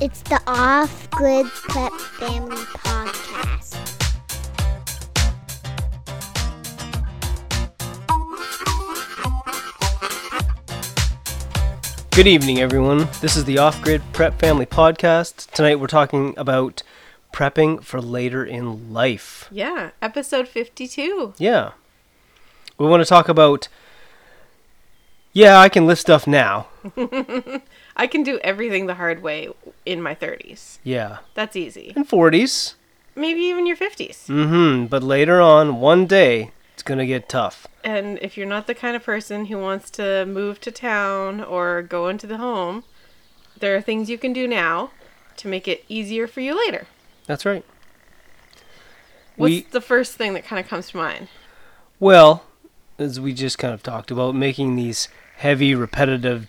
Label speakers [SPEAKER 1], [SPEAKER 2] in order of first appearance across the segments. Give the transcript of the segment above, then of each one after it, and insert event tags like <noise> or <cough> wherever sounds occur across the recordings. [SPEAKER 1] It's the Off Grid Prep Family Podcast.
[SPEAKER 2] Good evening, everyone. This is the Off Grid Prep Family Podcast. Tonight we're talking about prepping for later in life.
[SPEAKER 3] Yeah, episode 52.
[SPEAKER 2] Yeah. We want to talk about. Yeah, I can lift stuff now.
[SPEAKER 3] I can do everything the hard way in my 30s.
[SPEAKER 2] Yeah.
[SPEAKER 3] That's easy.
[SPEAKER 2] And 40s.
[SPEAKER 3] Maybe even your 50s.
[SPEAKER 2] Mm hmm. But later on, one day, it's going to get tough.
[SPEAKER 3] And if you're not the kind of person who wants to move to town or go into the home, there are things you can do now to make it easier for you later.
[SPEAKER 2] That's right.
[SPEAKER 3] What's
[SPEAKER 2] we,
[SPEAKER 3] the first thing that kind of comes to mind?
[SPEAKER 2] well, as we just kind of talked about, making these heavy, repetitive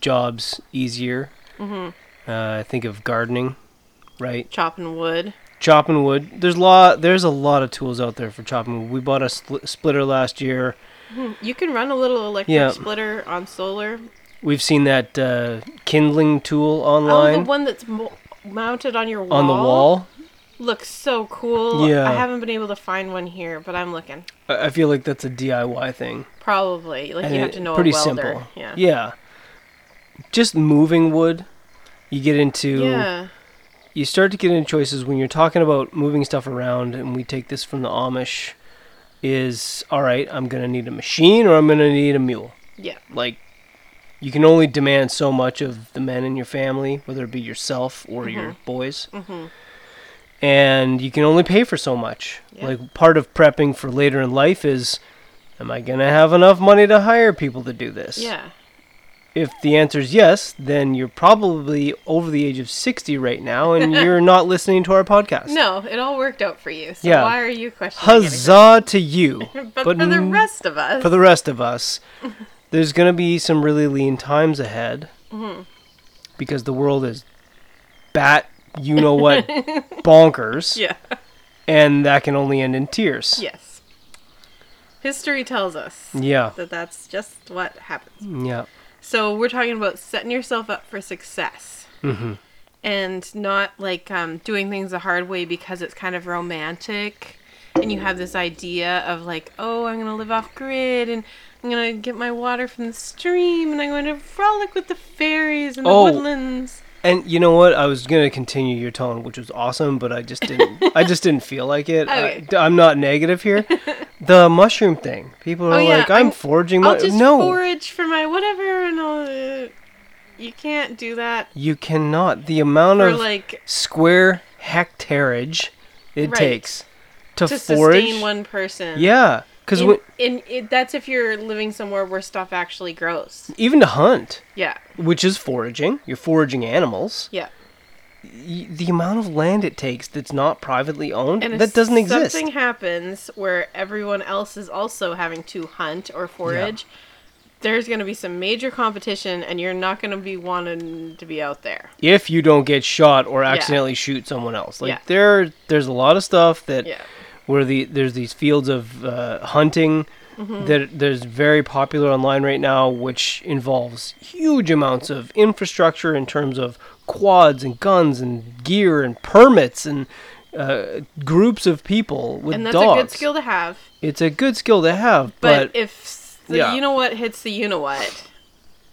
[SPEAKER 2] jobs easier. Mm-hmm. Uh, I think of gardening, right?
[SPEAKER 3] Chopping wood.
[SPEAKER 2] chopping wood. There's lot. There's a lot of tools out there for chopping wood. We bought a spl- splitter last year.
[SPEAKER 3] You can run a little electric
[SPEAKER 2] Yeah.
[SPEAKER 3] splitter on solar.
[SPEAKER 2] We've seen that uh, kindling tool
[SPEAKER 3] Oh,
[SPEAKER 2] online
[SPEAKER 3] the one that's mo- mounted on your wall.
[SPEAKER 2] on the wall.
[SPEAKER 3] Looks so cool.
[SPEAKER 2] Yeah.
[SPEAKER 3] I haven't been able to find one here, but I'm looking.
[SPEAKER 2] I I feel like that's a DIY thing.
[SPEAKER 3] Probably. Like you have
[SPEAKER 2] it-
[SPEAKER 3] to know
[SPEAKER 2] pretty
[SPEAKER 3] a welder.
[SPEAKER 2] simple.
[SPEAKER 3] Yeah.
[SPEAKER 2] Yeah. Just moving wood. You get into
[SPEAKER 3] Yeah.
[SPEAKER 2] you start to get into choices when you're talking about moving stuff around, and we take this from the Amish. Is all right. I'm gonna need a machine, or I'm gonna need a mule.
[SPEAKER 3] Yeah.
[SPEAKER 2] like you can only demand so much of the men in your family, whether it be yourself or your
[SPEAKER 3] Mm-hmm.
[SPEAKER 2] boys. And you can only pay for so much.
[SPEAKER 3] Yeah.
[SPEAKER 2] Like part of prepping for later in life is am I going to have enough money to hire people to do this?
[SPEAKER 3] Yeah.
[SPEAKER 2] If the answer is yes, then you're probably over the age of 60 right now
[SPEAKER 3] <laughs>
[SPEAKER 2] and you're not listening to our podcast.
[SPEAKER 3] No, it all worked out for you. So
[SPEAKER 2] Yeah.
[SPEAKER 3] why are you questioning it?
[SPEAKER 2] Huzzah to you.
[SPEAKER 3] <laughs> But, for the
[SPEAKER 2] n-
[SPEAKER 3] rest of us,
[SPEAKER 2] for the rest of us, there's going to be some really lean times ahead
[SPEAKER 3] Mm-hmm.
[SPEAKER 2] because the world is bat, you know
[SPEAKER 3] <laughs>
[SPEAKER 2] what, bonkers,
[SPEAKER 3] yeah.
[SPEAKER 2] and that can only end in tears.
[SPEAKER 3] <laughs> Yes. History tells us
[SPEAKER 2] Yeah.
[SPEAKER 3] that that's just what happens.
[SPEAKER 2] Yeah.
[SPEAKER 3] So we're talking about setting yourself up for success. Mm-hmm. And not like um, doing things the hard way because it's kind of romantic. And you have this idea of like, oh, I'm going to live off grid and I'm going to get my water from the stream and I'm going to frolic with the fairies and the
[SPEAKER 2] Oh.
[SPEAKER 3] woodlands.
[SPEAKER 2] And you know what? I was gonna continue your tone, which was awesome, but I just
[SPEAKER 3] <laughs>
[SPEAKER 2] didn't. I just didn't feel like it.
[SPEAKER 3] Okay.
[SPEAKER 2] I, am not negative here. The mushroom thing. People are
[SPEAKER 3] Oh, yeah,
[SPEAKER 2] like, "I'm,
[SPEAKER 3] I'm-
[SPEAKER 2] forging."
[SPEAKER 3] I'll
[SPEAKER 2] mu-"
[SPEAKER 3] just
[SPEAKER 2] no,
[SPEAKER 3] forage for my whatever and I'll. Uh, you can't do that
[SPEAKER 2] you cannot. The amount
[SPEAKER 3] for
[SPEAKER 2] of
[SPEAKER 3] like
[SPEAKER 2] square hectareage it
[SPEAKER 3] Right.
[SPEAKER 2] takes to,
[SPEAKER 3] to
[SPEAKER 2] forage.
[SPEAKER 3] sustain one person.
[SPEAKER 2] Yeah, because
[SPEAKER 3] In- in, it, that's if you're living somewhere where stuff actually grows.
[SPEAKER 2] even to hunt,
[SPEAKER 3] Yeah,
[SPEAKER 2] which is foraging, you're foraging animals.
[SPEAKER 3] yeah.
[SPEAKER 2] Y- the amount of land it takes that's not privately owned
[SPEAKER 3] And if
[SPEAKER 2] that doesn't exist.
[SPEAKER 3] Something happens where everyone else is also having to hunt or forage. There's going to be some major competition, and you're not going to be wanting to be out there.
[SPEAKER 2] If you don't get shot or accidentally shoot someone else, like
[SPEAKER 3] Yeah.
[SPEAKER 2] there, there's a lot of stuff that
[SPEAKER 3] Yeah.
[SPEAKER 2] where the there's these fields of uh, hunting
[SPEAKER 3] Mm-hmm.
[SPEAKER 2] that there's very popular online right now, which involves huge amounts of infrastructure in terms of quads and guns and gear and permits and uh, groups of people with
[SPEAKER 3] And that's
[SPEAKER 2] dogs.
[SPEAKER 3] a good skill to have.
[SPEAKER 2] It's a good skill to have,
[SPEAKER 3] But,
[SPEAKER 2] but,
[SPEAKER 3] if s- the
[SPEAKER 2] yeah.
[SPEAKER 3] you know what hits the you know what,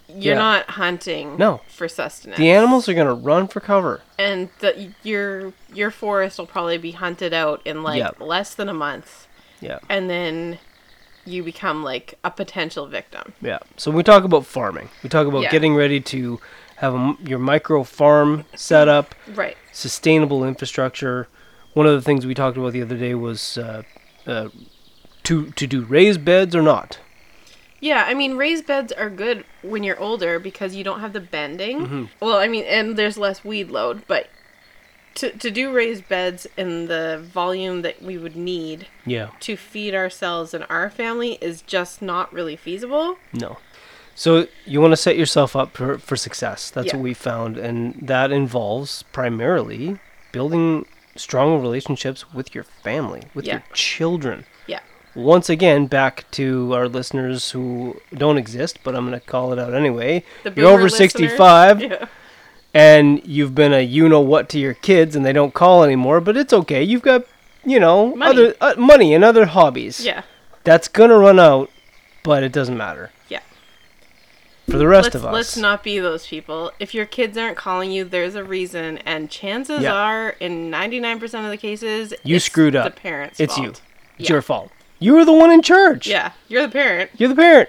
[SPEAKER 3] you're
[SPEAKER 2] Yeah.
[SPEAKER 3] not hunting
[SPEAKER 2] No.
[SPEAKER 3] for sustenance.
[SPEAKER 2] the animals are gonna run for cover.
[SPEAKER 3] and the, your your forest will probably be hunted out in like
[SPEAKER 2] Yeah.
[SPEAKER 3] less than a month.
[SPEAKER 2] Yeah,
[SPEAKER 3] and then you become like a potential victim.
[SPEAKER 2] yeah. So we talk about farming. We talk about
[SPEAKER 3] Yeah.
[SPEAKER 2] getting ready to have a m your micro farm set up.
[SPEAKER 3] Right.
[SPEAKER 2] sustainable infrastructure. One of the things we talked about the other day was uh, uh, to to do raised beds or not.
[SPEAKER 3] Yeah, I mean raised beds are good when you're older because you don't have the bending.
[SPEAKER 2] Mm-hmm.
[SPEAKER 3] Well, I mean and there's less weed load, but to to do raised beds in the volume that we would need
[SPEAKER 2] Yeah,
[SPEAKER 3] to feed ourselves and our family is just not really feasible.
[SPEAKER 2] no. So you want to set yourself up for, for success. That's
[SPEAKER 3] Yeah.
[SPEAKER 2] what we found, and that involves primarily building strong relationships with your family, with your
[SPEAKER 3] Yeah.
[SPEAKER 2] children.
[SPEAKER 3] Yeah.
[SPEAKER 2] Once again, back to our listeners who don't exist, but I'm going to call it out anyway. You're
[SPEAKER 3] boomer
[SPEAKER 2] over
[SPEAKER 3] listeners-
[SPEAKER 2] 65.
[SPEAKER 3] <laughs> Yeah.
[SPEAKER 2] and you've been a you know what to your kids and they don't call anymore, but it's okay. You've got, you know,
[SPEAKER 3] Money.
[SPEAKER 2] other uh, money and other hobbies.
[SPEAKER 3] Yeah.
[SPEAKER 2] That's going to run out, but it doesn't matter
[SPEAKER 3] Yeah.
[SPEAKER 2] for the rest
[SPEAKER 3] let's,
[SPEAKER 2] of us.
[SPEAKER 3] Let's not be those people. If your kids aren't calling you, there's a reason, and chances
[SPEAKER 2] Yeah.
[SPEAKER 3] are, in 99% of the cases,
[SPEAKER 2] You
[SPEAKER 3] it's
[SPEAKER 2] screwed up.
[SPEAKER 3] The parents.
[SPEAKER 2] it's you.
[SPEAKER 3] fault.
[SPEAKER 2] It's
[SPEAKER 3] Yeah.
[SPEAKER 2] your fault. You were the one in charge.
[SPEAKER 3] Yeah, you're the parent.
[SPEAKER 2] You're the parent.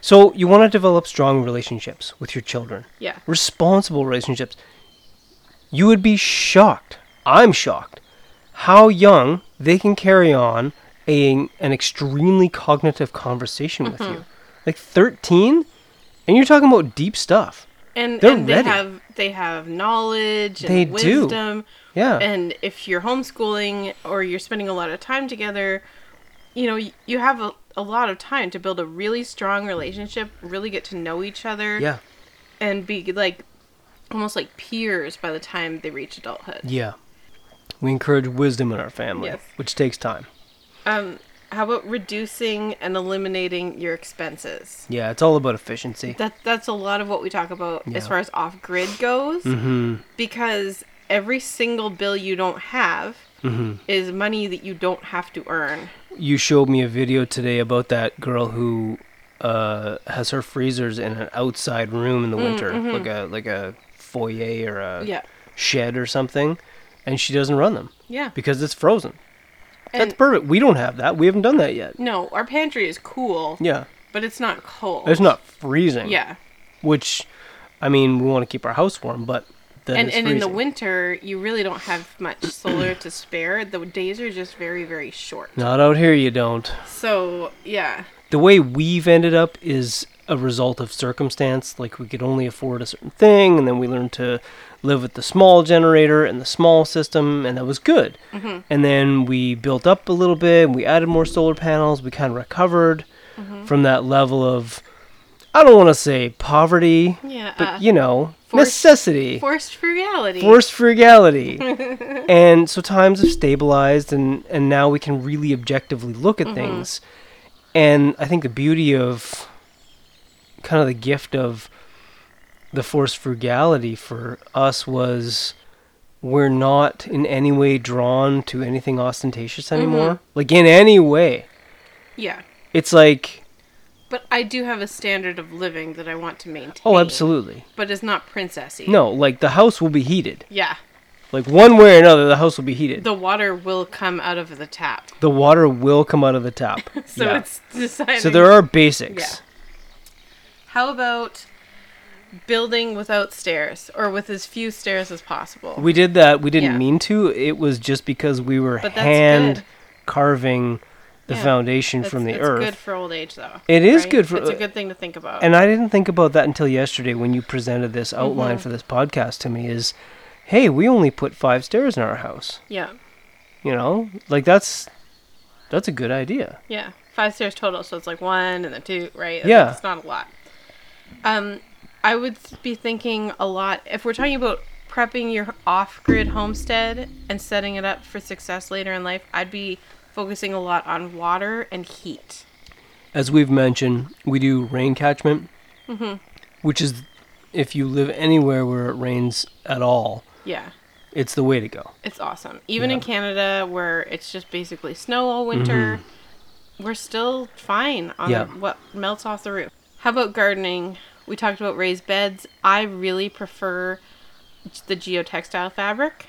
[SPEAKER 2] So you want to develop strong relationships with your children.
[SPEAKER 3] Yeah.
[SPEAKER 2] responsible relationships, you would be shocked. I'm shocked how young they can carry on a, an extremely cognitive conversation
[SPEAKER 3] Mm-hmm.
[SPEAKER 2] with you. Like 13, and you're talking about deep stuff.
[SPEAKER 3] And
[SPEAKER 2] They're
[SPEAKER 3] and they
[SPEAKER 2] ready.
[SPEAKER 3] have they have knowledge and
[SPEAKER 2] They do.
[SPEAKER 3] wisdom.
[SPEAKER 2] Yeah.
[SPEAKER 3] And if you're homeschooling or you're spending a lot of time together, you know, y- you have a, a lot of time to build a really strong relationship, really get to know each other,
[SPEAKER 2] yeah.
[SPEAKER 3] and be like almost like peers by the time they reach adulthood.
[SPEAKER 2] Yeah. We encourage wisdom in our family,
[SPEAKER 3] Yes.
[SPEAKER 2] which takes time.
[SPEAKER 3] Um, how about reducing and eliminating your expenses?
[SPEAKER 2] Yeah, it's all about efficiency.
[SPEAKER 3] That that's a lot of what we talk about
[SPEAKER 2] Yeah. Mm-hmm.
[SPEAKER 3] as far as off grid goes, because every single bill you don't have
[SPEAKER 2] Mm-hmm.
[SPEAKER 3] is money that you don't have to earn.
[SPEAKER 2] you showed me a video today about that girl who uh, has her freezers in an outside room in the winter, like a like a foyer or a
[SPEAKER 3] Mm, mm-hmm. Yeah.
[SPEAKER 2] shed or something, and she doesn't run them
[SPEAKER 3] Yeah,
[SPEAKER 2] because it's frozen.
[SPEAKER 3] and
[SPEAKER 2] That's perfect. We don't have that. We haven't done that yet.
[SPEAKER 3] no, our pantry is cool,
[SPEAKER 2] Yeah,
[SPEAKER 3] but it's not cold.
[SPEAKER 2] it's not freezing.
[SPEAKER 3] Yeah,
[SPEAKER 2] which, I mean, we want to keep our house warm, but then
[SPEAKER 3] and
[SPEAKER 2] it's
[SPEAKER 3] and in the
[SPEAKER 2] freezing.
[SPEAKER 3] winter you really don't have much solar to spare. The days are just very very short.
[SPEAKER 2] Not out here, you don't.
[SPEAKER 3] So yeah,
[SPEAKER 2] the way we've ended up is a result of circumstance. Like we could only afford a certain thing, and then we learned to live with the small generator and the small system, and that was good. And then we built up a little bit, and we added more solar panels. We kind of recovered from that level of, I don't want to say poverty,
[SPEAKER 3] yeah,
[SPEAKER 2] but
[SPEAKER 3] uh,
[SPEAKER 2] you know,
[SPEAKER 3] forced-
[SPEAKER 2] necessity,
[SPEAKER 3] forced
[SPEAKER 2] <laughs>
[SPEAKER 3] frugality.
[SPEAKER 2] forced
[SPEAKER 3] <laughs>
[SPEAKER 2] frugality. and so times have stabilized and and now we can really objectively look at
[SPEAKER 3] Mm-hmm.
[SPEAKER 2] things and i think the beauty of kind of the gift of the forced frugality for us was we're not in any way drawn to anything ostentatious
[SPEAKER 3] Mm-hmm.
[SPEAKER 2] anymore like in any way
[SPEAKER 3] yeah.
[SPEAKER 2] it's like
[SPEAKER 3] But I do have a standard of living that I want to maintain.
[SPEAKER 2] oh absolutely
[SPEAKER 3] But it's not princessy.
[SPEAKER 2] no like the house will be heated
[SPEAKER 3] Yeah.
[SPEAKER 2] like one way or another the house will be heated
[SPEAKER 3] The water will come out of the tap.
[SPEAKER 2] the water will come out of the tap
[SPEAKER 3] <laughs> So
[SPEAKER 2] Yeah.
[SPEAKER 3] it's deciding.
[SPEAKER 2] so there are basics
[SPEAKER 3] Yeah. How about building without stairs or with as few stairs as possible?
[SPEAKER 2] We did that. We didn't
[SPEAKER 3] Yeah.
[SPEAKER 2] mean to. It was just because we were
[SPEAKER 3] But that's
[SPEAKER 2] hand
[SPEAKER 3] good.
[SPEAKER 2] carving the
[SPEAKER 3] Yeah.
[SPEAKER 2] foundation
[SPEAKER 3] That's-
[SPEAKER 2] from the
[SPEAKER 3] that's
[SPEAKER 2] earth.
[SPEAKER 3] good for old age, though.
[SPEAKER 2] It is good for-
[SPEAKER 3] It's a good thing to think about.
[SPEAKER 2] And I didn't think about that until yesterday when you presented this
[SPEAKER 3] Mm-hmm.
[SPEAKER 2] outline for this podcast to me is hey, we only put 5 stairs in our house.
[SPEAKER 3] yeah.
[SPEAKER 2] You know? Like that's that's a good idea.
[SPEAKER 3] Yeah, five stairs total. So it's like one and then two, right? It's-
[SPEAKER 2] Yeah.
[SPEAKER 3] it's not a lot. Um, I would be thinking a lot if we're talking about prepping your off-grid homestead and setting it up for success later in life. I'd be focusing a lot on water and heat.
[SPEAKER 2] As we've mentioned, we do rain catchment,
[SPEAKER 3] Mm-hmm.
[SPEAKER 2] which is if you live anywhere where it rains at all,
[SPEAKER 3] Yeah,
[SPEAKER 2] it's the way to go.
[SPEAKER 3] it's awesome. Even in
[SPEAKER 2] Yeah.
[SPEAKER 3] Canada, where it's just basically snow all winter, we're still fine on
[SPEAKER 2] Mm-hmm. Yeah.
[SPEAKER 3] what melts off the roof. How about gardening? We talked about raised beds. I really prefer the geotextile fabric.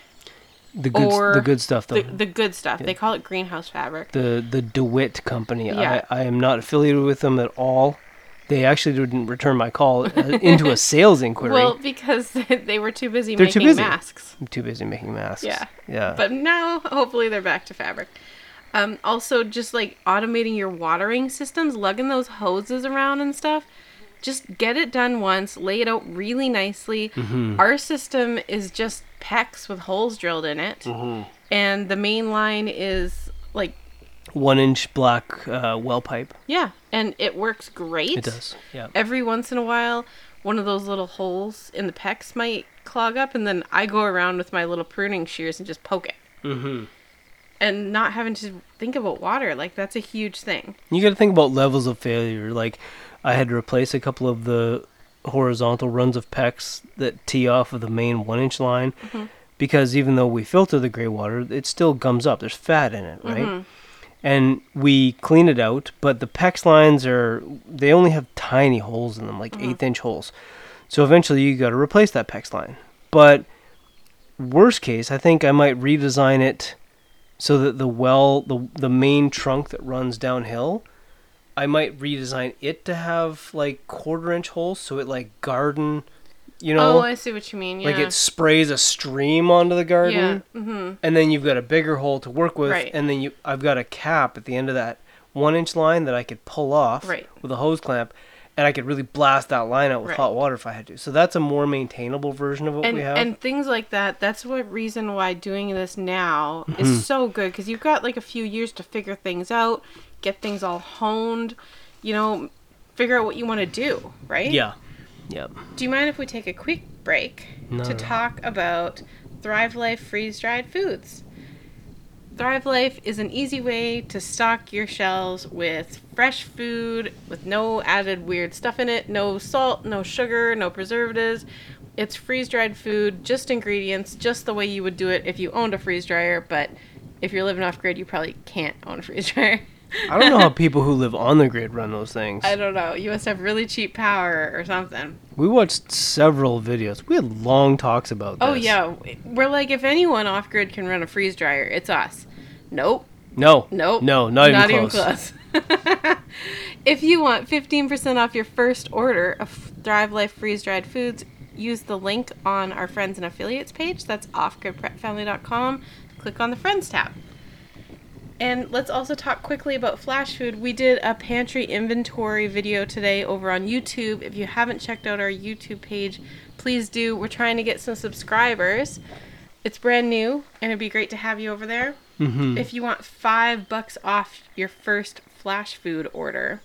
[SPEAKER 2] The good s- the
[SPEAKER 3] Or
[SPEAKER 2] good stuff though.
[SPEAKER 3] the, the good stuff. They call it greenhouse fabric.
[SPEAKER 2] the the DeWitt company.
[SPEAKER 3] Yeah.
[SPEAKER 2] I, I am not affiliated with them at all. They actually didn't return my call uh, into a
[SPEAKER 3] <laughs>
[SPEAKER 2] sales inquiry.
[SPEAKER 3] well, because <laughs> they were too busy
[SPEAKER 2] They're too
[SPEAKER 3] making
[SPEAKER 2] busy.
[SPEAKER 3] masks.
[SPEAKER 2] I'm too busy making masks.
[SPEAKER 3] Yeah.
[SPEAKER 2] Yeah.
[SPEAKER 3] But now, hopefully, they're back to fabric. Um, also, just like automating your watering systems, lugging those hoses around and stuff. Just get it done once, lay it out really nicely.
[SPEAKER 2] Mm-hmm.
[SPEAKER 3] Our system is just pecks with holes drilled in it.
[SPEAKER 2] Mm-hmm.
[SPEAKER 3] And the main line is like,
[SPEAKER 2] one inch black uh, well pipe.
[SPEAKER 3] yeah, and it works great.
[SPEAKER 2] It does. Yeah.
[SPEAKER 3] every once in a while one of those little holes in the pecs might clog up and then i go around with my little pruning shears and just poke it mm-hmm. and not having to think about water like that's a huge thing
[SPEAKER 2] You got to think about levels of failure. Like I had to replace a couple of the horizontal runs of pecs that tee off of the main one inch line
[SPEAKER 3] Mm-hmm.
[SPEAKER 2] because even though we filter the gray water, it still gums up. There's fat in it,
[SPEAKER 3] Mm-hmm.
[SPEAKER 2] right? And we clean it out, but the pecs lines are, they only have tiny holes in them, like
[SPEAKER 3] Uh-huh.
[SPEAKER 2] eighth inch holes. So eventually you got to replace that pecs line. But worst case, I think I might redesign it so that the well, the the main trunk that runs downhill, I might redesign it to have like quarter inch holes, so it like garden, you know,
[SPEAKER 3] oh, I see what you mean. Yeah.
[SPEAKER 2] like it sprays a stream onto the garden,
[SPEAKER 3] Yeah. Mm-hmm.
[SPEAKER 2] and then you've got a bigger hole to work with,
[SPEAKER 3] Right.
[SPEAKER 2] and then you I've got a cap at the end of that one inch line that I could pull off
[SPEAKER 3] Right.
[SPEAKER 2] with a hose clamp. And I could really blast that line out with
[SPEAKER 3] Right.
[SPEAKER 2] hot water if I had to. So that's a more maintainable version of what
[SPEAKER 3] and
[SPEAKER 2] we have.
[SPEAKER 3] and things like that. That's what reason why doing this now
[SPEAKER 2] Mm-hmm.
[SPEAKER 3] is so good because you've got like a few years to figure things out, get things all honed, you know, figure out what you want to do, right?
[SPEAKER 2] yeah. Yep.
[SPEAKER 3] Do you mind if we take a quick break
[SPEAKER 2] No,
[SPEAKER 3] to
[SPEAKER 2] no.
[SPEAKER 3] talk about Thrive Life freeze dried foods? Thrive Life is an easy way to stock your shelves with fresh food with no added weird stuff in it, no salt, no sugar, no preservatives. It's freeze dried food, just ingredients, just the way you would do it if you owned a freeze dryer, but if you're living off grid, you probably can't own a freeze <laughs> dryer.
[SPEAKER 2] I don't know how people who live on the grid run those things.
[SPEAKER 3] <laughs> I don't know. You must have really cheap power or something.
[SPEAKER 2] We watched several videos. We had long talks about this.
[SPEAKER 3] Oh yeah, we're like if anyone off grid can run a freeze dryer, it's us. Nope,
[SPEAKER 2] No.
[SPEAKER 3] nope,
[SPEAKER 2] No, not, even, close.
[SPEAKER 3] close. <laughs> if you want fifteen percent off your first order of Thrive Life freeze dried foods, use the link on our friends and affiliates page. That's offgridprepfamily.com. Click on the friends tab. And let's also talk quickly about flash food. We did a pantry inventory video today over on YouTube. If you haven't checked out our YouTube page, please do. We're trying to get some subscribers. It's brand new, and it'd be great to have you over there.
[SPEAKER 2] Hmm.
[SPEAKER 3] If you want five bucks off your first flash food order,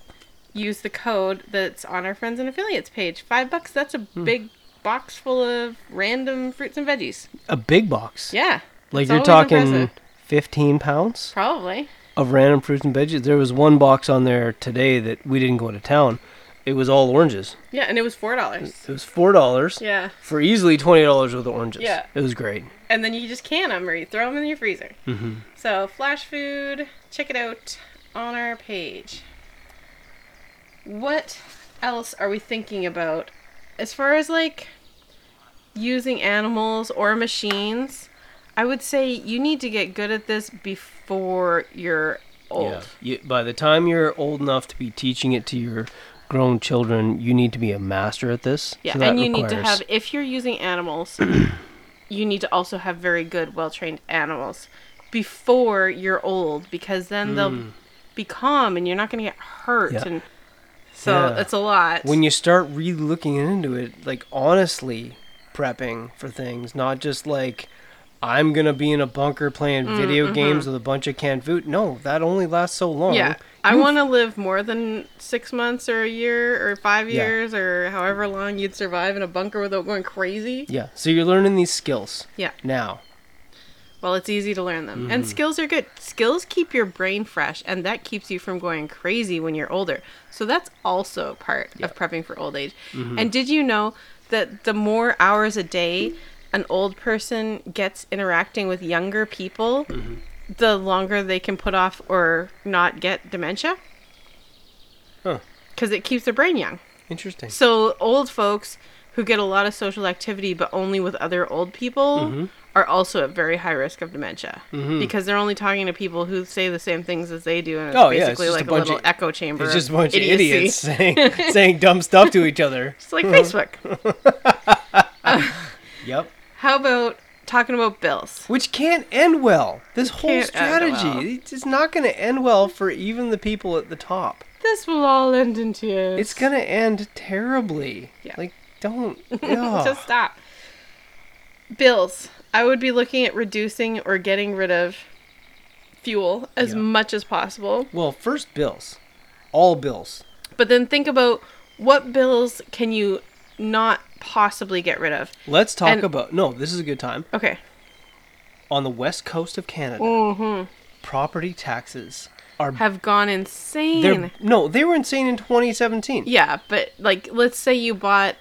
[SPEAKER 3] use the code that's on our friends and affiliates page. Five bucks, that's a
[SPEAKER 2] Hmm.
[SPEAKER 3] big box full of random fruits and veggies.
[SPEAKER 2] A big box.
[SPEAKER 3] Yeah.
[SPEAKER 2] Like
[SPEAKER 3] it's
[SPEAKER 2] you're
[SPEAKER 3] always
[SPEAKER 2] talking
[SPEAKER 3] impressive.
[SPEAKER 2] 15 pounds
[SPEAKER 3] Probably.
[SPEAKER 2] of random fruits and veggies. There was one box on there today that we didn't go to town. It was all oranges.
[SPEAKER 3] Yeah, and it was $4.
[SPEAKER 2] It was $4
[SPEAKER 3] Yeah.
[SPEAKER 2] for easily $20 worth of oranges.
[SPEAKER 3] Yeah.
[SPEAKER 2] It was great.
[SPEAKER 3] and then you just can them or you throw them in your freezer. So flash food, check it out on our page. What else are we thinking about as far as like using animals or machines? I would say you need to get good at this before you're old.
[SPEAKER 2] Yeah. You, by the time you're old enough to be teaching it to your grown children, you need to be a master at this.
[SPEAKER 3] Yeah,
[SPEAKER 2] So that
[SPEAKER 3] and you need to
[SPEAKER 2] requires-
[SPEAKER 3] have if you're using
[SPEAKER 2] <clears throat>
[SPEAKER 3] animals, you need to also have very good, well-trained animals before you're old because then they'll be calm and you're not going to get hurt
[SPEAKER 2] Mm. Yeah.
[SPEAKER 3] and so
[SPEAKER 2] Yeah.
[SPEAKER 3] it's a lot.
[SPEAKER 2] when you start really looking into it, like honestly prepping for things, not just like I'm gonna be in a bunker playing
[SPEAKER 3] Mm,
[SPEAKER 2] video
[SPEAKER 3] mm-hmm.
[SPEAKER 2] games with a bunch of canned food. No, that only lasts so long.
[SPEAKER 3] yeah, I want to live more than 6 months or a year or 5
[SPEAKER 2] Yeah.
[SPEAKER 3] years or however long you'd survive in a bunker without going crazy.
[SPEAKER 2] Yeah. So you're learning these skills.
[SPEAKER 3] Yeah.
[SPEAKER 2] Now.
[SPEAKER 3] Well, it's easy to learn them. And skills are good. Skills keep your brain fresh, and that keeps you from going crazy when you're older. So that's also part of prepping for old age. And did you know that the more hours a day an old person gets interacting with younger people, the longer they can put off or not get dementia?
[SPEAKER 2] Huh.
[SPEAKER 3] Because it keeps their brain young.
[SPEAKER 2] Interesting.
[SPEAKER 3] So old folks who get a lot of social activity but only with other old people
[SPEAKER 2] Mm-hmm.
[SPEAKER 3] are also at very high risk of dementia because they're only talking to people who say the same things as they do and it's
[SPEAKER 2] Oh, yeah, it's
[SPEAKER 3] basically
[SPEAKER 2] just
[SPEAKER 3] like
[SPEAKER 2] a
[SPEAKER 3] a,
[SPEAKER 2] bunch
[SPEAKER 3] little
[SPEAKER 2] of-
[SPEAKER 3] echo chamber.
[SPEAKER 2] It's
[SPEAKER 3] of
[SPEAKER 2] just a bunch of
[SPEAKER 3] idiocy. <laughs>
[SPEAKER 2] idiots saying saying dumb stuff to each other.
[SPEAKER 3] It's
[SPEAKER 2] <laughs>
[SPEAKER 3] like Facebook.
[SPEAKER 2] Yep.
[SPEAKER 3] How about talking about bills?
[SPEAKER 2] Which can't end well. This whole
[SPEAKER 3] Can't end
[SPEAKER 2] strategy it's not going to end well for even the people at the top.
[SPEAKER 3] This will all end in tears.
[SPEAKER 2] It's gonna end terribly.
[SPEAKER 3] Yeah.
[SPEAKER 2] Like,
[SPEAKER 3] <laughs>
[SPEAKER 2] don't. ugh.
[SPEAKER 3] Just stop. Bills. I would be looking at reducing or getting rid of fuel as
[SPEAKER 2] Yeah.
[SPEAKER 3] much as possible.
[SPEAKER 2] Well, first bills, all bills.
[SPEAKER 3] But then think about what bills can you not possibly get rid of?
[SPEAKER 2] Let's talk
[SPEAKER 3] And-
[SPEAKER 2] about. No, this is a good time.
[SPEAKER 3] Okay.
[SPEAKER 2] On the west coast of Canada,
[SPEAKER 3] Mm-hmm.
[SPEAKER 2] property taxes are.
[SPEAKER 3] Have gone insane.
[SPEAKER 2] they're, no, they were insane in 2017.
[SPEAKER 3] Yeah, but like let's say you bought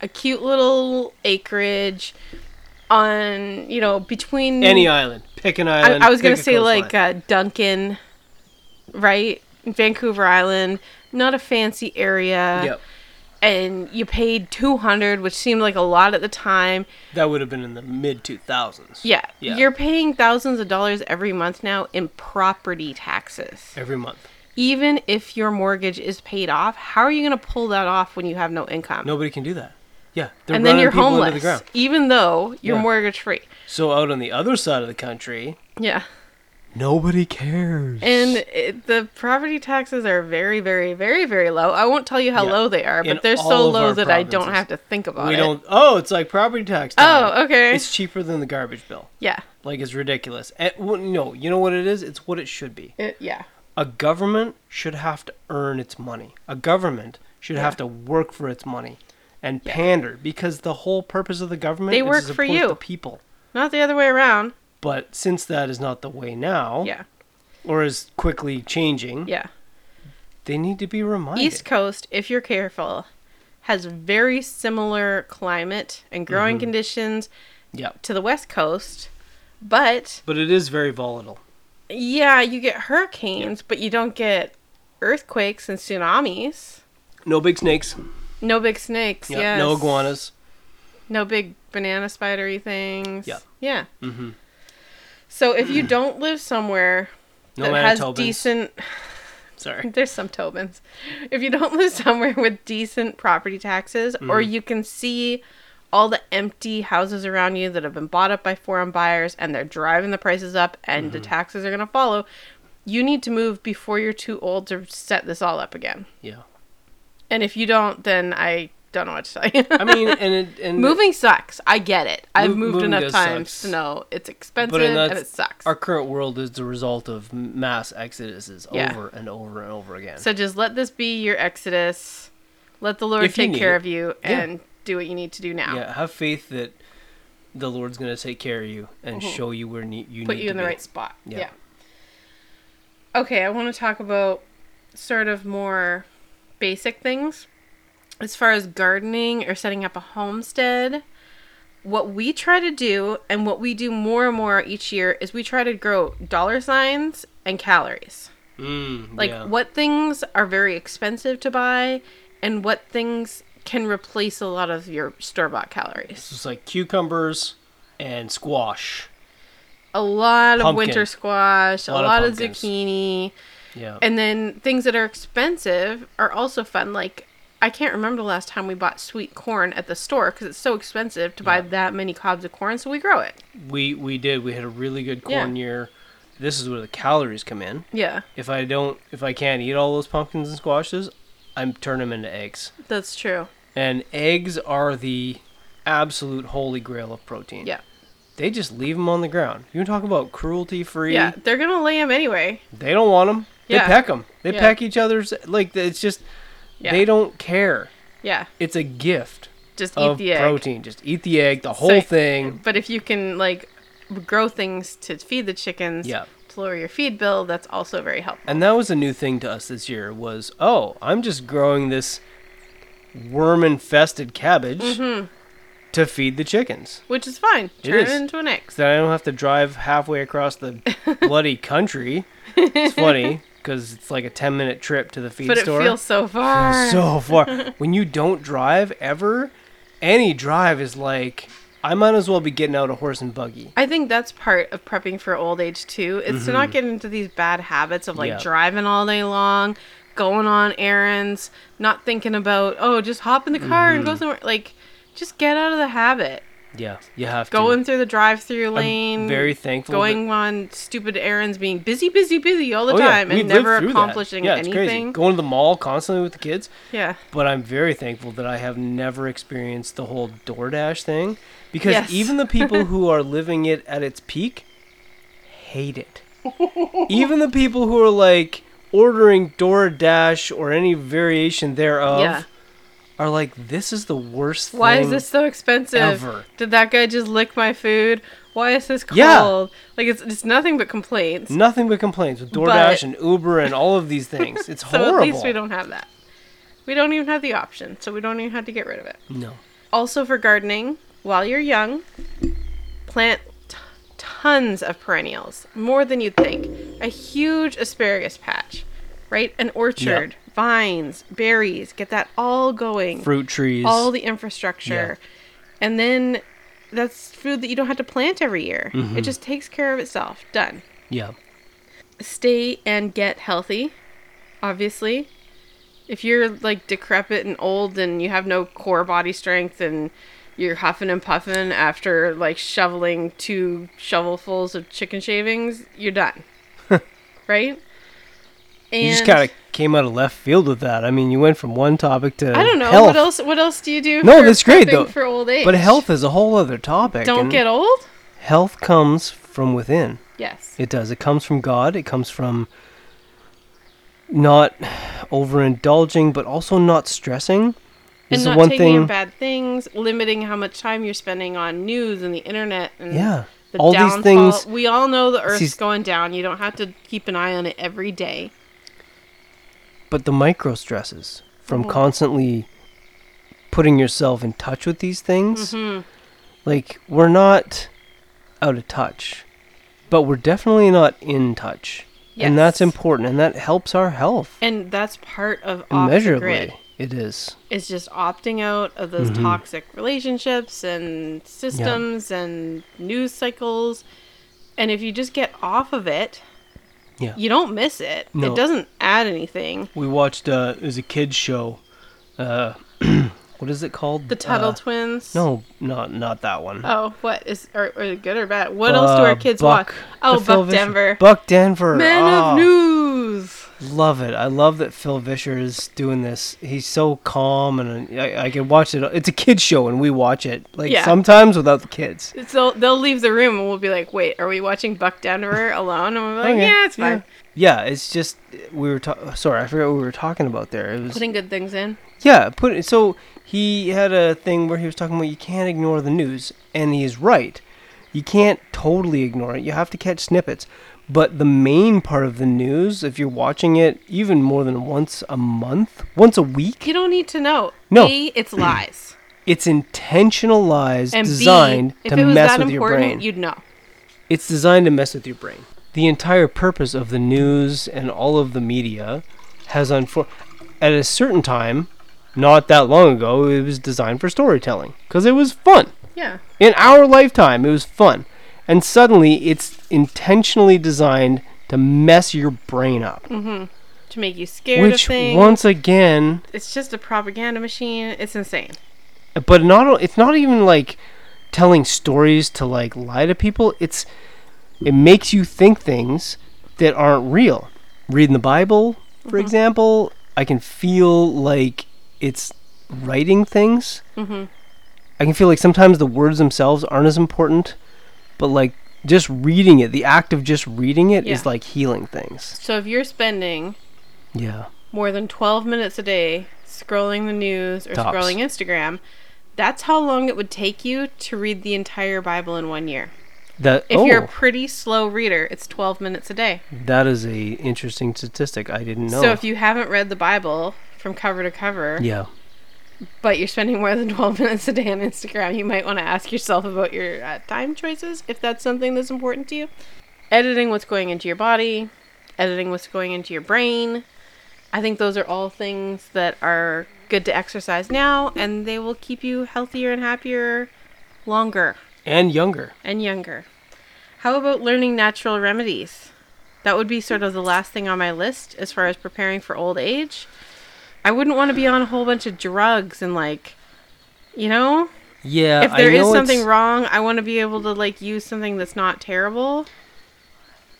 [SPEAKER 3] a cute little acreage on, you know, between
[SPEAKER 2] Any island, pick an
[SPEAKER 3] I,
[SPEAKER 2] island.
[SPEAKER 3] I was gonna
[SPEAKER 2] pick a
[SPEAKER 3] say like
[SPEAKER 2] coastline.
[SPEAKER 3] uh, Duncan, right? Vancouver Island, not a fancy area.
[SPEAKER 2] yep,
[SPEAKER 3] And you paid two hundred, which seemed like a lot at the time.
[SPEAKER 2] that would have been in the mid two thousands.
[SPEAKER 3] Yeah,
[SPEAKER 2] Yeah.
[SPEAKER 3] you're paying thousands of dollars every month now in property taxes.
[SPEAKER 2] every month.
[SPEAKER 3] Even if your mortgage is paid off, how are you gonna pull that off when you have no income?
[SPEAKER 2] Nobody can do that. Yeah, they're
[SPEAKER 3] and then
[SPEAKER 2] running
[SPEAKER 3] you're
[SPEAKER 2] people
[SPEAKER 3] homeless,
[SPEAKER 2] into the ground.
[SPEAKER 3] even though you're
[SPEAKER 2] Yeah.
[SPEAKER 3] mortgage free.
[SPEAKER 2] So out on the other side of the country,
[SPEAKER 3] Yeah.
[SPEAKER 2] nobody cares.
[SPEAKER 3] And it, the property taxes are very, very, very, very low. I won't tell you how
[SPEAKER 2] Yeah.
[SPEAKER 3] low they are,
[SPEAKER 2] In
[SPEAKER 3] but they're
[SPEAKER 2] all
[SPEAKER 3] so
[SPEAKER 2] of our
[SPEAKER 3] low that I don't
[SPEAKER 2] provinces.
[SPEAKER 3] have to think about
[SPEAKER 2] we
[SPEAKER 3] it.
[SPEAKER 2] don't. Oh, it's like property tax. Time.
[SPEAKER 3] oh, okay.
[SPEAKER 2] It's cheaper than the garbage bill.
[SPEAKER 3] yeah.
[SPEAKER 2] Like it's ridiculous. And, well, no, you know what it is? It's what it should be.
[SPEAKER 3] It, yeah.
[SPEAKER 2] A government should have to earn its money. A government should have to work for its money and pander because the whole purpose of the government
[SPEAKER 3] They
[SPEAKER 2] is
[SPEAKER 3] work
[SPEAKER 2] to
[SPEAKER 3] for
[SPEAKER 2] support
[SPEAKER 3] you.
[SPEAKER 2] the people.
[SPEAKER 3] Not the other way around.
[SPEAKER 2] But since that is not the way now,
[SPEAKER 3] Yeah.
[SPEAKER 2] or is quickly changing,
[SPEAKER 3] Yeah.
[SPEAKER 2] they need to be reminded.
[SPEAKER 3] East Coast, if you're careful, has very similar climate and growing
[SPEAKER 2] Mm-hmm.
[SPEAKER 3] conditions
[SPEAKER 2] yeah,
[SPEAKER 3] to the West Coast, but
[SPEAKER 2] but it is very volatile.
[SPEAKER 3] yeah, you get hurricanes, but you don't get earthquakes and tsunamis.
[SPEAKER 2] No big snakes.
[SPEAKER 3] No big snakes.
[SPEAKER 2] Yeah,
[SPEAKER 3] Yeah.
[SPEAKER 2] no iguanas.
[SPEAKER 3] No big banana spidery things.
[SPEAKER 2] Yeah.
[SPEAKER 3] Yeah.
[SPEAKER 2] Mhm.
[SPEAKER 3] So if
[SPEAKER 2] <clears throat>
[SPEAKER 3] you don't live somewhere
[SPEAKER 2] No
[SPEAKER 3] that has
[SPEAKER 2] Manitobans.
[SPEAKER 3] decent,
[SPEAKER 2] Sorry.
[SPEAKER 3] <laughs> there's some Tobins. If you don't <laughs> live somewhere with decent property taxes, or
[SPEAKER 2] Mm.
[SPEAKER 3] you can see all the empty houses around you that have been bought up by foreign buyers and they're driving the prices up and the
[SPEAKER 2] Mm-hmm.
[SPEAKER 3] taxes are going to follow, you need to move before you're too old to set this all up again.
[SPEAKER 2] Yeah.
[SPEAKER 3] And if you don't, then I don't know what to tell you.
[SPEAKER 2] I mean, and it, and
[SPEAKER 3] <laughs> Moving sucks. I get it. I've
[SPEAKER 2] Move-
[SPEAKER 3] moved
[SPEAKER 2] moving
[SPEAKER 3] enough
[SPEAKER 2] does
[SPEAKER 3] times
[SPEAKER 2] sucks.
[SPEAKER 3] to know it's expensive
[SPEAKER 2] But in that-
[SPEAKER 3] and it sucks.
[SPEAKER 2] our current world is the result of m- mass exoduses
[SPEAKER 3] Yeah.
[SPEAKER 2] over and over and over again.
[SPEAKER 3] So just let this be your exodus. Let the Lord
[SPEAKER 2] If you
[SPEAKER 3] take
[SPEAKER 2] need
[SPEAKER 3] care
[SPEAKER 2] it.
[SPEAKER 3] of you
[SPEAKER 2] Yeah.
[SPEAKER 3] and do what you need to do now.
[SPEAKER 2] yeah, have faith that the Lord's going to take care of you and show you where ne- you
[SPEAKER 3] Mm-hmm. Put
[SPEAKER 2] need
[SPEAKER 3] you
[SPEAKER 2] to
[SPEAKER 3] in the
[SPEAKER 2] be.
[SPEAKER 3] right spot.
[SPEAKER 2] Yeah.
[SPEAKER 3] Yeah. Okay, I want to talk about sort of more basic things as far as gardening or setting up a homestead. What we try to do and what we do more and more each year is we try to grow dollar signs and calories.
[SPEAKER 2] Mm,
[SPEAKER 3] like
[SPEAKER 2] yeah.
[SPEAKER 3] what things are very expensive to buy and what things can replace a lot of your store-bought calories
[SPEAKER 2] It's like cucumbers and squash.
[SPEAKER 3] a lot of
[SPEAKER 2] Pumpkin.
[SPEAKER 3] winter squash a
[SPEAKER 2] Lot
[SPEAKER 3] lot,
[SPEAKER 2] of
[SPEAKER 3] of,
[SPEAKER 2] pumpkins.
[SPEAKER 3] zucchini
[SPEAKER 2] Yeah.
[SPEAKER 3] and then things that are expensive are also fun like i can't remember the last time we bought sweet corn at the store because it's so expensive to buy that many cobs of corn so we grow it
[SPEAKER 2] we we did. We had a really good
[SPEAKER 3] Yeah.
[SPEAKER 2] corn year. This is where the calories come in.
[SPEAKER 3] yeah
[SPEAKER 2] If I don't, if I can't eat all those pumpkins and squashes, I turn them into eggs.
[SPEAKER 3] that's true
[SPEAKER 2] And eggs are the absolute holy grail of protein.
[SPEAKER 3] yeah
[SPEAKER 2] They just leave them on the ground. You talk about cruelty free.
[SPEAKER 3] yeah they're gonna lay them anyway
[SPEAKER 2] They don't want them.
[SPEAKER 3] Yeah.
[SPEAKER 2] They peck them. They
[SPEAKER 3] Yeah.
[SPEAKER 2] peck each other's. Like it's just
[SPEAKER 3] yeah
[SPEAKER 2] they don't care.
[SPEAKER 3] yeah
[SPEAKER 2] It's a gift
[SPEAKER 3] just eat
[SPEAKER 2] of
[SPEAKER 3] the egg
[SPEAKER 2] protein. Just eat the egg, the whole
[SPEAKER 3] So-
[SPEAKER 2] thing.
[SPEAKER 3] But if you can like grow things to feed the chickens,
[SPEAKER 2] Yeah.
[SPEAKER 3] to lower your feed bill, that's also very helpful.
[SPEAKER 2] And that was a new thing to us this year. Was oh, I'm just growing this worm infested cabbage
[SPEAKER 3] Mm-hmm.
[SPEAKER 2] to feed the chickens.
[SPEAKER 3] Which is fine.
[SPEAKER 2] It
[SPEAKER 3] Turn it,
[SPEAKER 2] is.
[SPEAKER 3] into an egg.
[SPEAKER 2] So that I don't have to drive halfway across
[SPEAKER 3] <laughs>
[SPEAKER 2] the bloody country. It's funny because it's like a ten minute trip to the feed
[SPEAKER 3] But it
[SPEAKER 2] store.
[SPEAKER 3] feels so
[SPEAKER 2] <laughs>
[SPEAKER 3] far.
[SPEAKER 2] so
[SPEAKER 3] <laughs>
[SPEAKER 2] far. when you don't drive ever, any drive is like I might as well be getting out a horse and buggy.
[SPEAKER 3] I think that's part of prepping for old age too. It's to not get into these bad habits of like
[SPEAKER 2] Mm-hmm. Yeah.
[SPEAKER 3] driving all day long, going on errands, not thinking about, oh, just hop in the car and go
[SPEAKER 2] Mm-hmm.
[SPEAKER 3] somewhere. Like, just get out of the habit.
[SPEAKER 2] Yeah, you have
[SPEAKER 3] Going
[SPEAKER 2] to.
[SPEAKER 3] through the drive through
[SPEAKER 2] I'm
[SPEAKER 3] lane.
[SPEAKER 2] very thankful. that-
[SPEAKER 3] going on stupid errands, being busy, busy, busy all the
[SPEAKER 2] Oh, yeah,
[SPEAKER 3] time,
[SPEAKER 2] we've
[SPEAKER 3] and
[SPEAKER 2] lived
[SPEAKER 3] never
[SPEAKER 2] through that.
[SPEAKER 3] accomplishing
[SPEAKER 2] yeah, it's Crazy.
[SPEAKER 3] anything.
[SPEAKER 2] Going to the mall constantly with the kids,
[SPEAKER 3] Yeah,
[SPEAKER 2] but I'm very thankful that I have never experienced the whole DoorDash thing because
[SPEAKER 3] Yes.
[SPEAKER 2] even the
[SPEAKER 3] <laughs>
[SPEAKER 2] people who are living it at its peak hate
[SPEAKER 3] <laughs>
[SPEAKER 2] it. even the people who are like ordering DoorDash or any variation thereof
[SPEAKER 3] yeah.
[SPEAKER 2] are like, this is the worst
[SPEAKER 3] Why
[SPEAKER 2] thing.
[SPEAKER 3] is this so expensive?
[SPEAKER 2] ever.
[SPEAKER 3] Did that guy just lick my food? Why is this cold?
[SPEAKER 2] Yeah.
[SPEAKER 3] Like it's it's nothing but complaints.
[SPEAKER 2] Nothing but complaints with DoorDash and Uber and all of these things. It's
[SPEAKER 3] <laughs> so
[SPEAKER 2] horrible.
[SPEAKER 3] at least we don't have that. We don't even have the option, so we don't even have to get rid of it.
[SPEAKER 2] No.
[SPEAKER 3] Also for gardening, while you're young, plant t- tons of perennials, more than you'd think. A huge asparagus patch, right? An orchard, vines, berries, get that all going.
[SPEAKER 2] Fruit trees.
[SPEAKER 3] All the infrastructure. And then that's food that you don't have to plant every year. It just takes care of itself. Done
[SPEAKER 2] yeah.
[SPEAKER 3] stay and get healthy, obviously. If you're like decrepit and old and you have no core body strength and you're huffing and puffing after like shoveling two shovelfuls of chicken shavings,
[SPEAKER 2] <laughs>
[SPEAKER 3] you're done. right? And
[SPEAKER 2] You just kind of came out of left field with that. I mean, you went from one topic to
[SPEAKER 3] I don't know
[SPEAKER 2] health.
[SPEAKER 3] what else what else do you do
[SPEAKER 2] No,
[SPEAKER 3] for
[SPEAKER 2] that's great
[SPEAKER 3] prepping
[SPEAKER 2] though.
[SPEAKER 3] for old age.
[SPEAKER 2] But health is a whole other topic.
[SPEAKER 3] don't
[SPEAKER 2] and
[SPEAKER 3] get old?
[SPEAKER 2] health comes from within.
[SPEAKER 3] Yes.
[SPEAKER 2] It does. It comes from God. It comes from not overindulging, but also not stressing. This
[SPEAKER 3] and
[SPEAKER 2] is
[SPEAKER 3] not
[SPEAKER 2] the one
[SPEAKER 3] taking
[SPEAKER 2] thing.
[SPEAKER 3] in bad things, limiting how much time you're spending on news and the internet and
[SPEAKER 2] Yeah.
[SPEAKER 3] the
[SPEAKER 2] All
[SPEAKER 3] downfall.
[SPEAKER 2] these things.
[SPEAKER 3] We all know the Earth's
[SPEAKER 2] These-
[SPEAKER 3] going down. You don't have to keep an eye on it every day.
[SPEAKER 2] but the micro stresses from
[SPEAKER 3] Mm-hmm.
[SPEAKER 2] constantly putting yourself in touch with these things
[SPEAKER 3] Mm-hmm.
[SPEAKER 2] like we're not out of touch but we're definitely not in touch and that's
[SPEAKER 3] Yes.
[SPEAKER 2] important and that helps our health
[SPEAKER 3] And that's part of off the grid.
[SPEAKER 2] immeasurably it is
[SPEAKER 3] It's just opting out of those
[SPEAKER 2] Mm-hmm.
[SPEAKER 3] toxic relationships and systems and news cycles. And if you just get off of it,
[SPEAKER 2] Yeah.
[SPEAKER 3] you don't miss it.
[SPEAKER 2] No.
[SPEAKER 3] It doesn't add anything.
[SPEAKER 2] we watched uh it was a kids show uh <clears throat> what is it called
[SPEAKER 3] The Tuttle
[SPEAKER 2] Uh,
[SPEAKER 3] twins.
[SPEAKER 2] no not not that one
[SPEAKER 3] Oh, what is are, are they good or bad? What else do our
[SPEAKER 2] Uh,
[SPEAKER 3] kids
[SPEAKER 2] Buck-
[SPEAKER 3] watch? Oh,
[SPEAKER 2] the Phil
[SPEAKER 3] Buck
[SPEAKER 2] Vischer-
[SPEAKER 3] Denver.
[SPEAKER 2] buck denver
[SPEAKER 3] Men
[SPEAKER 2] Ah.
[SPEAKER 3] of News.
[SPEAKER 2] Love it. I love that Phil Vischer is doing this. He's so calm, and uh, I, I can watch it. It's a kids show, and we watch it like
[SPEAKER 3] Yeah.
[SPEAKER 2] sometimes without the kids.
[SPEAKER 3] So they'll leave the room and we'll be like, "Wait, are we watching Buck Denver alone?" And we're like,
[SPEAKER 2] Okay,
[SPEAKER 3] Uh, "Yeah, it's fine."
[SPEAKER 2] Yeah, it's just we were ta- sorry. I forgot what we were talking about there. It was
[SPEAKER 3] Putting good things in.
[SPEAKER 2] yeah. Put it, so he had a thing where he was talking about you can't ignore the news, and he is right. You can't totally ignore it. You have to catch snippets. But the main part of the news, if you're watching it even more than once a month, once a week,
[SPEAKER 3] You don't need to know.
[SPEAKER 2] No.
[SPEAKER 3] A, it's lies.
[SPEAKER 2] <clears throat> It's intentional lies
[SPEAKER 3] And
[SPEAKER 2] designed
[SPEAKER 3] B, if
[SPEAKER 2] to
[SPEAKER 3] it was
[SPEAKER 2] mess
[SPEAKER 3] that
[SPEAKER 2] with your brain.
[SPEAKER 3] important, you'd know.
[SPEAKER 2] It's designed to mess with your brain. The entire purpose of the news and all of the media has unfor at a certain time, not that long ago, it was designed for storytelling because it was fun.
[SPEAKER 3] Yeah.
[SPEAKER 2] In our lifetime, it was fun. And suddenly, it's intentionally designed to mess your brain up,
[SPEAKER 3] To make you scared of
[SPEAKER 2] which
[SPEAKER 3] things.
[SPEAKER 2] once again
[SPEAKER 3] It's just a propaganda machine. It's insane.
[SPEAKER 2] but not o- it's not even like telling stories to like lie to people it's it makes you think things that aren't real reading the bible
[SPEAKER 3] Mm-hmm.
[SPEAKER 2] for example i can feel like it's writing things
[SPEAKER 3] Mm-hmm.
[SPEAKER 2] i can feel like sometimes the words themselves aren't as important but like just reading it the act of just reading it is
[SPEAKER 3] Yeah.
[SPEAKER 2] like healing things
[SPEAKER 3] So if you're spending
[SPEAKER 2] yeah
[SPEAKER 3] more than 12 minutes a day scrolling the news or
[SPEAKER 2] Tops.
[SPEAKER 3] scrolling Instagram, that's how long it would take you to read the entire Bible in one year.
[SPEAKER 2] that
[SPEAKER 3] If
[SPEAKER 2] oh
[SPEAKER 3] you're a pretty slow reader, it's 12 minutes a day.
[SPEAKER 2] that is a interesting statistic i didn't know
[SPEAKER 3] So if you haven't read the Bible from cover to cover,
[SPEAKER 2] yeah
[SPEAKER 3] but you're spending more than <laughs> 12 minutes a day on Instagram, you might want to ask yourself about your uh, time choices if that's something that's important to you. Editing what's going into your body, editing what's going into your brain. I think those are all things that are good to exercise now and they will keep you healthier and happier longer
[SPEAKER 2] and younger
[SPEAKER 3] and younger. How about learning natural remedies? That would be sort of the last thing on my list as far as preparing for old age. I wouldn't want to be on a whole bunch of drugs and like, you know,
[SPEAKER 2] yeah
[SPEAKER 3] if there is something wrong, I want to be able to like use something that's not terrible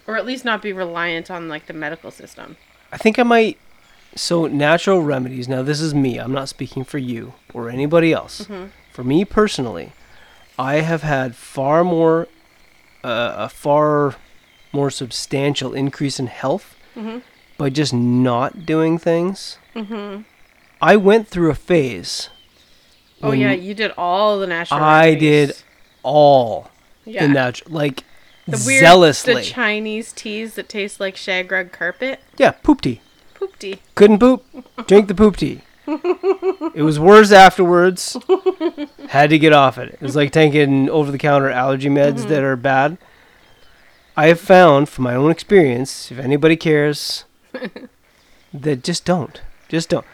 [SPEAKER 3] or at least not be reliant on like the medical system.
[SPEAKER 2] I think I might. So natural remedies. Now this is me. I'm not speaking for you or anybody else.
[SPEAKER 3] Mm-hmm.
[SPEAKER 2] For me personally, I have had far more, uh, a far more substantial increase in health
[SPEAKER 3] Mm-hmm.
[SPEAKER 2] by just not doing things.
[SPEAKER 3] Mm-hmm.
[SPEAKER 2] I went through a phase.
[SPEAKER 3] Oh
[SPEAKER 2] when
[SPEAKER 3] yeah, you did all the natural
[SPEAKER 2] Mm. I
[SPEAKER 3] remedies.
[SPEAKER 2] did all
[SPEAKER 3] Yeah.
[SPEAKER 2] the natural, like
[SPEAKER 3] the weird
[SPEAKER 2] zealously.
[SPEAKER 3] the Chinese teas that taste like shag rug carpet.
[SPEAKER 2] yeah, poop tea.
[SPEAKER 3] Poop tea.
[SPEAKER 2] Couldn't poop. Drink the poop tea. It was worse afterwards. Had to get off it. It was like taking over the counter allergy meds
[SPEAKER 3] Mm-hmm.
[SPEAKER 2] that are bad. I have found from my own experience, if anybody
[SPEAKER 3] <laughs>
[SPEAKER 2] cares, that just don't. Just don't.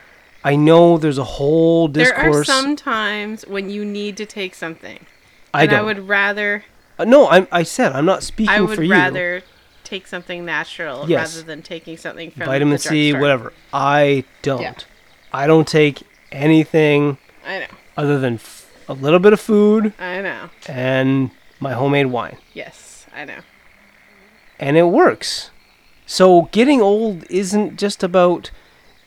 [SPEAKER 2] I know there's a whole
[SPEAKER 3] There are
[SPEAKER 2] discourse.
[SPEAKER 3] some times when you need to take something.
[SPEAKER 2] I
[SPEAKER 3] and
[SPEAKER 2] don't.
[SPEAKER 3] I would rather
[SPEAKER 2] Uh, no, I'm, I said I'm not speaking
[SPEAKER 3] I
[SPEAKER 2] for
[SPEAKER 3] would
[SPEAKER 2] you.
[SPEAKER 3] rather take something natural
[SPEAKER 2] Yes.
[SPEAKER 3] rather than taking something from
[SPEAKER 2] Vitamin
[SPEAKER 3] the
[SPEAKER 2] C,
[SPEAKER 3] drugstore.
[SPEAKER 2] whatever. I don't. I don't take anything
[SPEAKER 3] I know.
[SPEAKER 2] other than f- a little bit of food
[SPEAKER 3] I know.
[SPEAKER 2] and my homemade wine.
[SPEAKER 3] Yes, I know.
[SPEAKER 2] and it works. So getting old isn't just about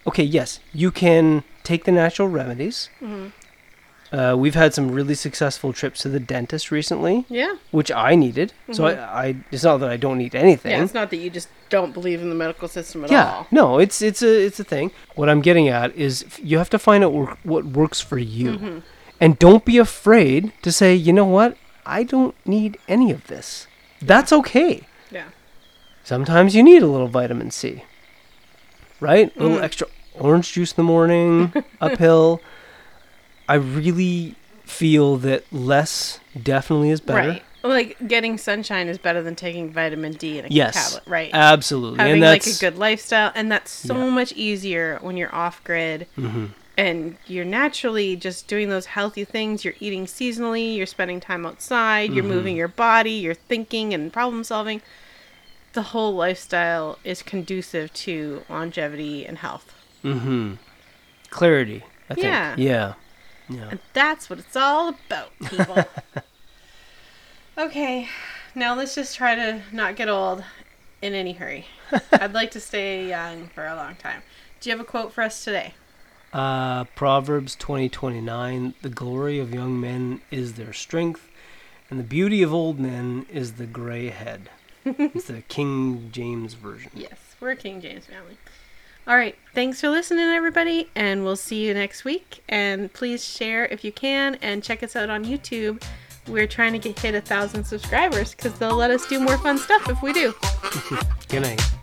[SPEAKER 2] okay, yes, you can take the natural remedies.
[SPEAKER 3] Mm-hmm.
[SPEAKER 2] Uh, we've had some really successful trips to the dentist recently,
[SPEAKER 3] Yeah. Mm-hmm.
[SPEAKER 2] which I needed. So I, I, it's not that I don't need anything.
[SPEAKER 3] Yeah, it's not that you just don't believe in the medical system at
[SPEAKER 2] Yeah,
[SPEAKER 3] all.
[SPEAKER 2] no, it's it's a it's a thing. What I'm getting at is f- you have to find out wor- what works for you,
[SPEAKER 3] Mm-hmm.
[SPEAKER 2] and don't be afraid to say, you know what, I don't need any of this. That's okay.
[SPEAKER 3] Yeah.
[SPEAKER 2] sometimes you need a little vitamin C, right? A
[SPEAKER 3] Mm.
[SPEAKER 2] little extra orange juice in the
[SPEAKER 3] <laughs>
[SPEAKER 2] morning, uphill. I really feel that less definitely is better.
[SPEAKER 3] Right. Like getting sunshine is better than taking vitamin D in a
[SPEAKER 2] Yes,
[SPEAKER 3] tablet, right?
[SPEAKER 2] Absolutely,
[SPEAKER 3] Having
[SPEAKER 2] and
[SPEAKER 3] like
[SPEAKER 2] that's
[SPEAKER 3] a good lifestyle and that's so
[SPEAKER 2] Yeah. Mm-hmm.
[SPEAKER 3] much easier when you're off grid. And you're naturally just doing those healthy things. You're eating seasonally, you're spending time outside,
[SPEAKER 2] Mm-hmm.
[SPEAKER 3] you're moving your body, you're thinking and problem solving. The whole lifestyle is conducive to longevity and health.
[SPEAKER 2] mm-hmm. clarity. I think.
[SPEAKER 3] Yeah.
[SPEAKER 2] Yeah.
[SPEAKER 3] And that's what it's all about, people. <laughs> okay, now let's just try to not get old in any <laughs> hurry. I'd like to stay young for a long time. Do you have a quote for us today?
[SPEAKER 2] Uh, Proverbs twenty twenty nine. The glory of young men is their strength, and the beauty of old men is the gray head. it's
[SPEAKER 3] <laughs>
[SPEAKER 2] the King James version.
[SPEAKER 3] Yes, we're a King James family. All right, thanks for listening, everybody, and we'll see you next week. And please share if you can, and check us out on YouTube. We're trying to get hit a thousand subscribers because they'll let us do more fun stuff if we do.
[SPEAKER 2] Good night.